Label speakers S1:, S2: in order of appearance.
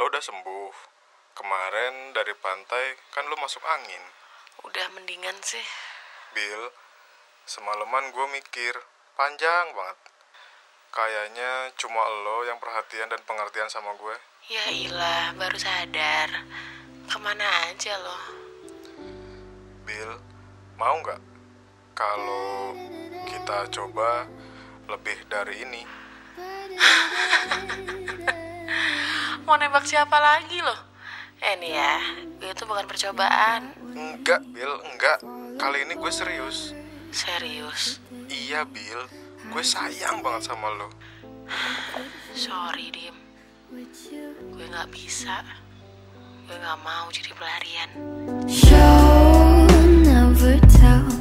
S1: udah sembuh. Kemarin dari pantai kan lu masuk angin.
S2: Udah mendingan sih.
S1: Bill, semalaman gue mikir panjang banget. Kayaknya cuma lo yang perhatian dan pengertian sama gue.
S2: Ya ilah, baru sadar. Kemana aja lo?
S1: Bill, mau nggak kalau kita coba lebih dari ini?
S2: Mau nembak siapa lagi lo? Eh nih ya, itu bukan percobaan.
S1: Enggak, Bill, enggak. Kali ini gue serius.
S2: Serius.
S1: Iya, Bill. Gue sayang banget sama lo.
S2: Sorry, Dim. Gue nggak bisa. Gue nggak mau jadi pelarian.
S3: Show, never tell.